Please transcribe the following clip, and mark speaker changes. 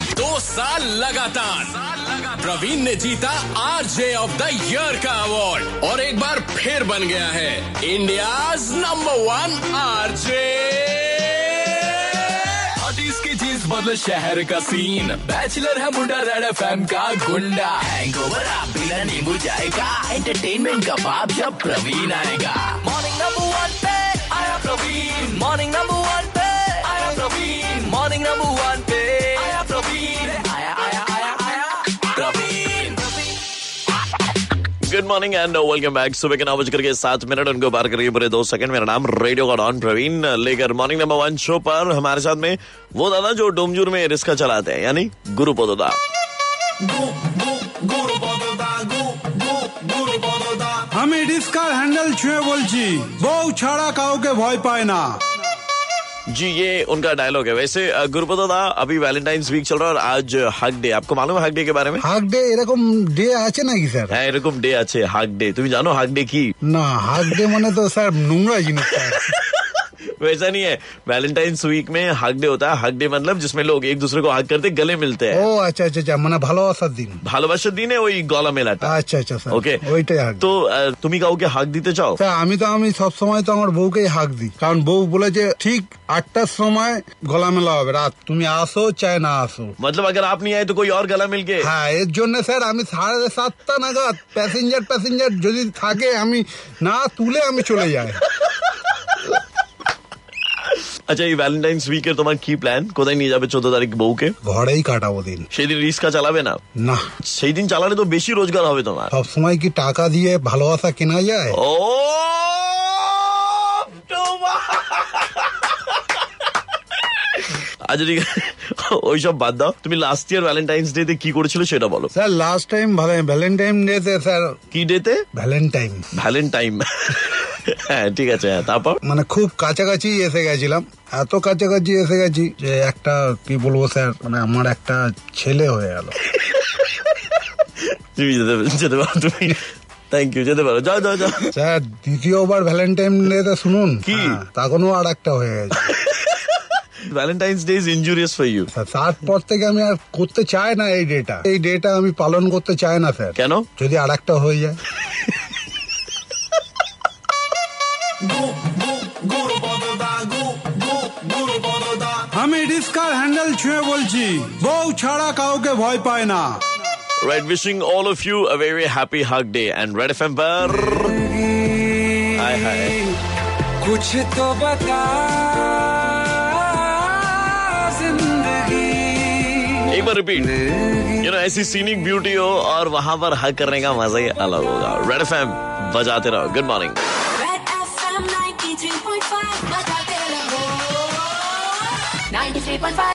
Speaker 1: दो साल लगातार प्रवीण ने जीता आरजे ऑफ द ईयर का अवार्ड और एक बार फिर बन गया है India's number one RJ
Speaker 2: parties की चीज बदले शहर का सीन बैचलर है मुंडा रेड एफएम का गुंडा हैंगओवर आप बिना नींबू जाएगा एंटरटेनमेंट का बाप जब प्रवीण आएगा मॉर्निंग नंबर वन पे आया प्रवीण मॉर्निंग नंबर वन पे आया प्रवीण मॉर्निंग नंबर वन पे आया प्रवीण आया आया आया आया Praveen
Speaker 3: good morning and welcome back सुबह के नौ बज करके सात मिनट उनको पार करिए पूरे दो सेकंड मेरा नाम रेडियो का डॉन प्रवीण लेकर मॉर्निंग नंबर वन शो पर हमारे साथ में वो दादा जो डोमजूर में रिस्का चलाते हैं यानी गुरु पोदा
Speaker 4: আমি ডিসকার হ্যান্ডেল ছুঁয়ে বলছি বউ ছাড়া কাউকে ভয় পায় না
Speaker 3: जी ये उनका डायलॉग है वैसे uh, गुरु पोदा अभी वैलेंटाइंस वीक चल रहा है और आज हक डे आपको मालूम है हक डे के बारे में
Speaker 5: হাক ডে এরকম ডে আছে নাকি স্যার
Speaker 3: হ্যাঁ এরকম ডে আছে হাক ডে তুমি জানো হাক ডে কি
Speaker 5: না হাক ডে মানে তো স্যার নোংরা জিনিস স্যার
Speaker 3: वैसा नहीं है वैलेंटाइंस वीक में हक डे होता है हक डे मतलब जिसमें लोग एक दूसरे को हक करते गले मिलते हैं
Speaker 5: ও আচ্ছা আচ্ছা আচ্ছা মানে ভালোবাসার দিন
Speaker 3: ভালোবাসার দিনে ওই গলা মেলাটা
Speaker 5: আচ্ছা আচ্ছা স্যার
Speaker 3: ওকে
Speaker 5: ওইটাই হাক
Speaker 3: তো আহ, তুমি কাউকে হাক দিতে চাও
Speaker 5: স্যার আমি তো আমি সব সময় তো আমার বউকেই হাক দিই কারণ বউ বলেছে ঠিক আটটার সময় গলা মেলা হবে রাত তুমি আসো চাই না আসো
Speaker 3: मतलब अगर आप नहीं आए तो कोई और गला मिल के
Speaker 5: হ্যাঁ এর জন্য স্যার আমি সাড়ে সাতটা নাগাদ প্যাসেঞ্জার প্যাসেঞ্জার যদি থাকে আমি না তুলে আমি চলে যাই
Speaker 3: আচ্ছা এই ভ্যালেন্টাইন্স উইকের তোমার কি প্ল্যান কোথায় নিয়ে যাবে চোদ্দ তারিখ বউকে
Speaker 5: ঘরেই কাটাবো দিন
Speaker 3: সেদিন রিক্সা চালাবে না
Speaker 5: না
Speaker 3: সেই দিন চালালে তো বেশি রোজগার হবে তোমার
Speaker 5: সবসময় কি টাকা দিয়ে ভালোবাসা কেনা যায়
Speaker 3: ও তোমার! আচ্ছা ঠিক আছে ওইসব বাদ দাও তুমি লাস্ট ইয়ার ভ্যালেন্টাইন্স ডে তে কি করেছিল সেটা বলো
Speaker 5: sir last time Valentine day তে স্যার
Speaker 3: কি ডে তে
Speaker 5: ভ্যালেন্টাইন
Speaker 3: ভ্যালেন্টাইন হ্যাঁ ঠিক আছে হ্যাঁ তারপর
Speaker 5: মানে খুব কাছাকাছি এসে গেছিলাম এত কাছাকাছি এসে গেছি যে একটা কি বলবো স্যার মানে আমার একটা ছেলে হয়ে গেল
Speaker 3: তুমি যেতে যেতে পারো তুমি থ্যাংক ইউ যেতে পারো যাও যাও যাও
Speaker 5: স্যার দ্বিতীয়বার ভ্যালেন্টাইন ডে তে শুনুন
Speaker 3: কি?
Speaker 5: হ্যাঁ, তখনও আর একটা হয়ে গেছে
Speaker 3: Valentine's day is injurious for you
Speaker 5: sir, তারপর থেকে আমি আর করতে চাই না এই ডেটা এই ডেটা আমি পালন করতে চাই না স্যার
Speaker 3: কেন
Speaker 5: যদি আর একটা হয়ে যায়
Speaker 4: আমি ডিসকার হ্যান্ডেল ছুঁয়ে বলছি বউ ছাড়া কাউকে ভয় পায় না
Speaker 3: right wishing all of you a very happy hug day and red F M পর হাই হাই
Speaker 6: कुछ तो बता जिंदगी
Speaker 3: एक बार रिपीट यू नो ऐसी सीनिक ब्यूटी हो और वहां पर हक करने का मजा ही अलग होगा रेड एफ एम बजाते रहो गुड मॉर्निंग
Speaker 7: Red FM 93.5 बजाते रहो 93.5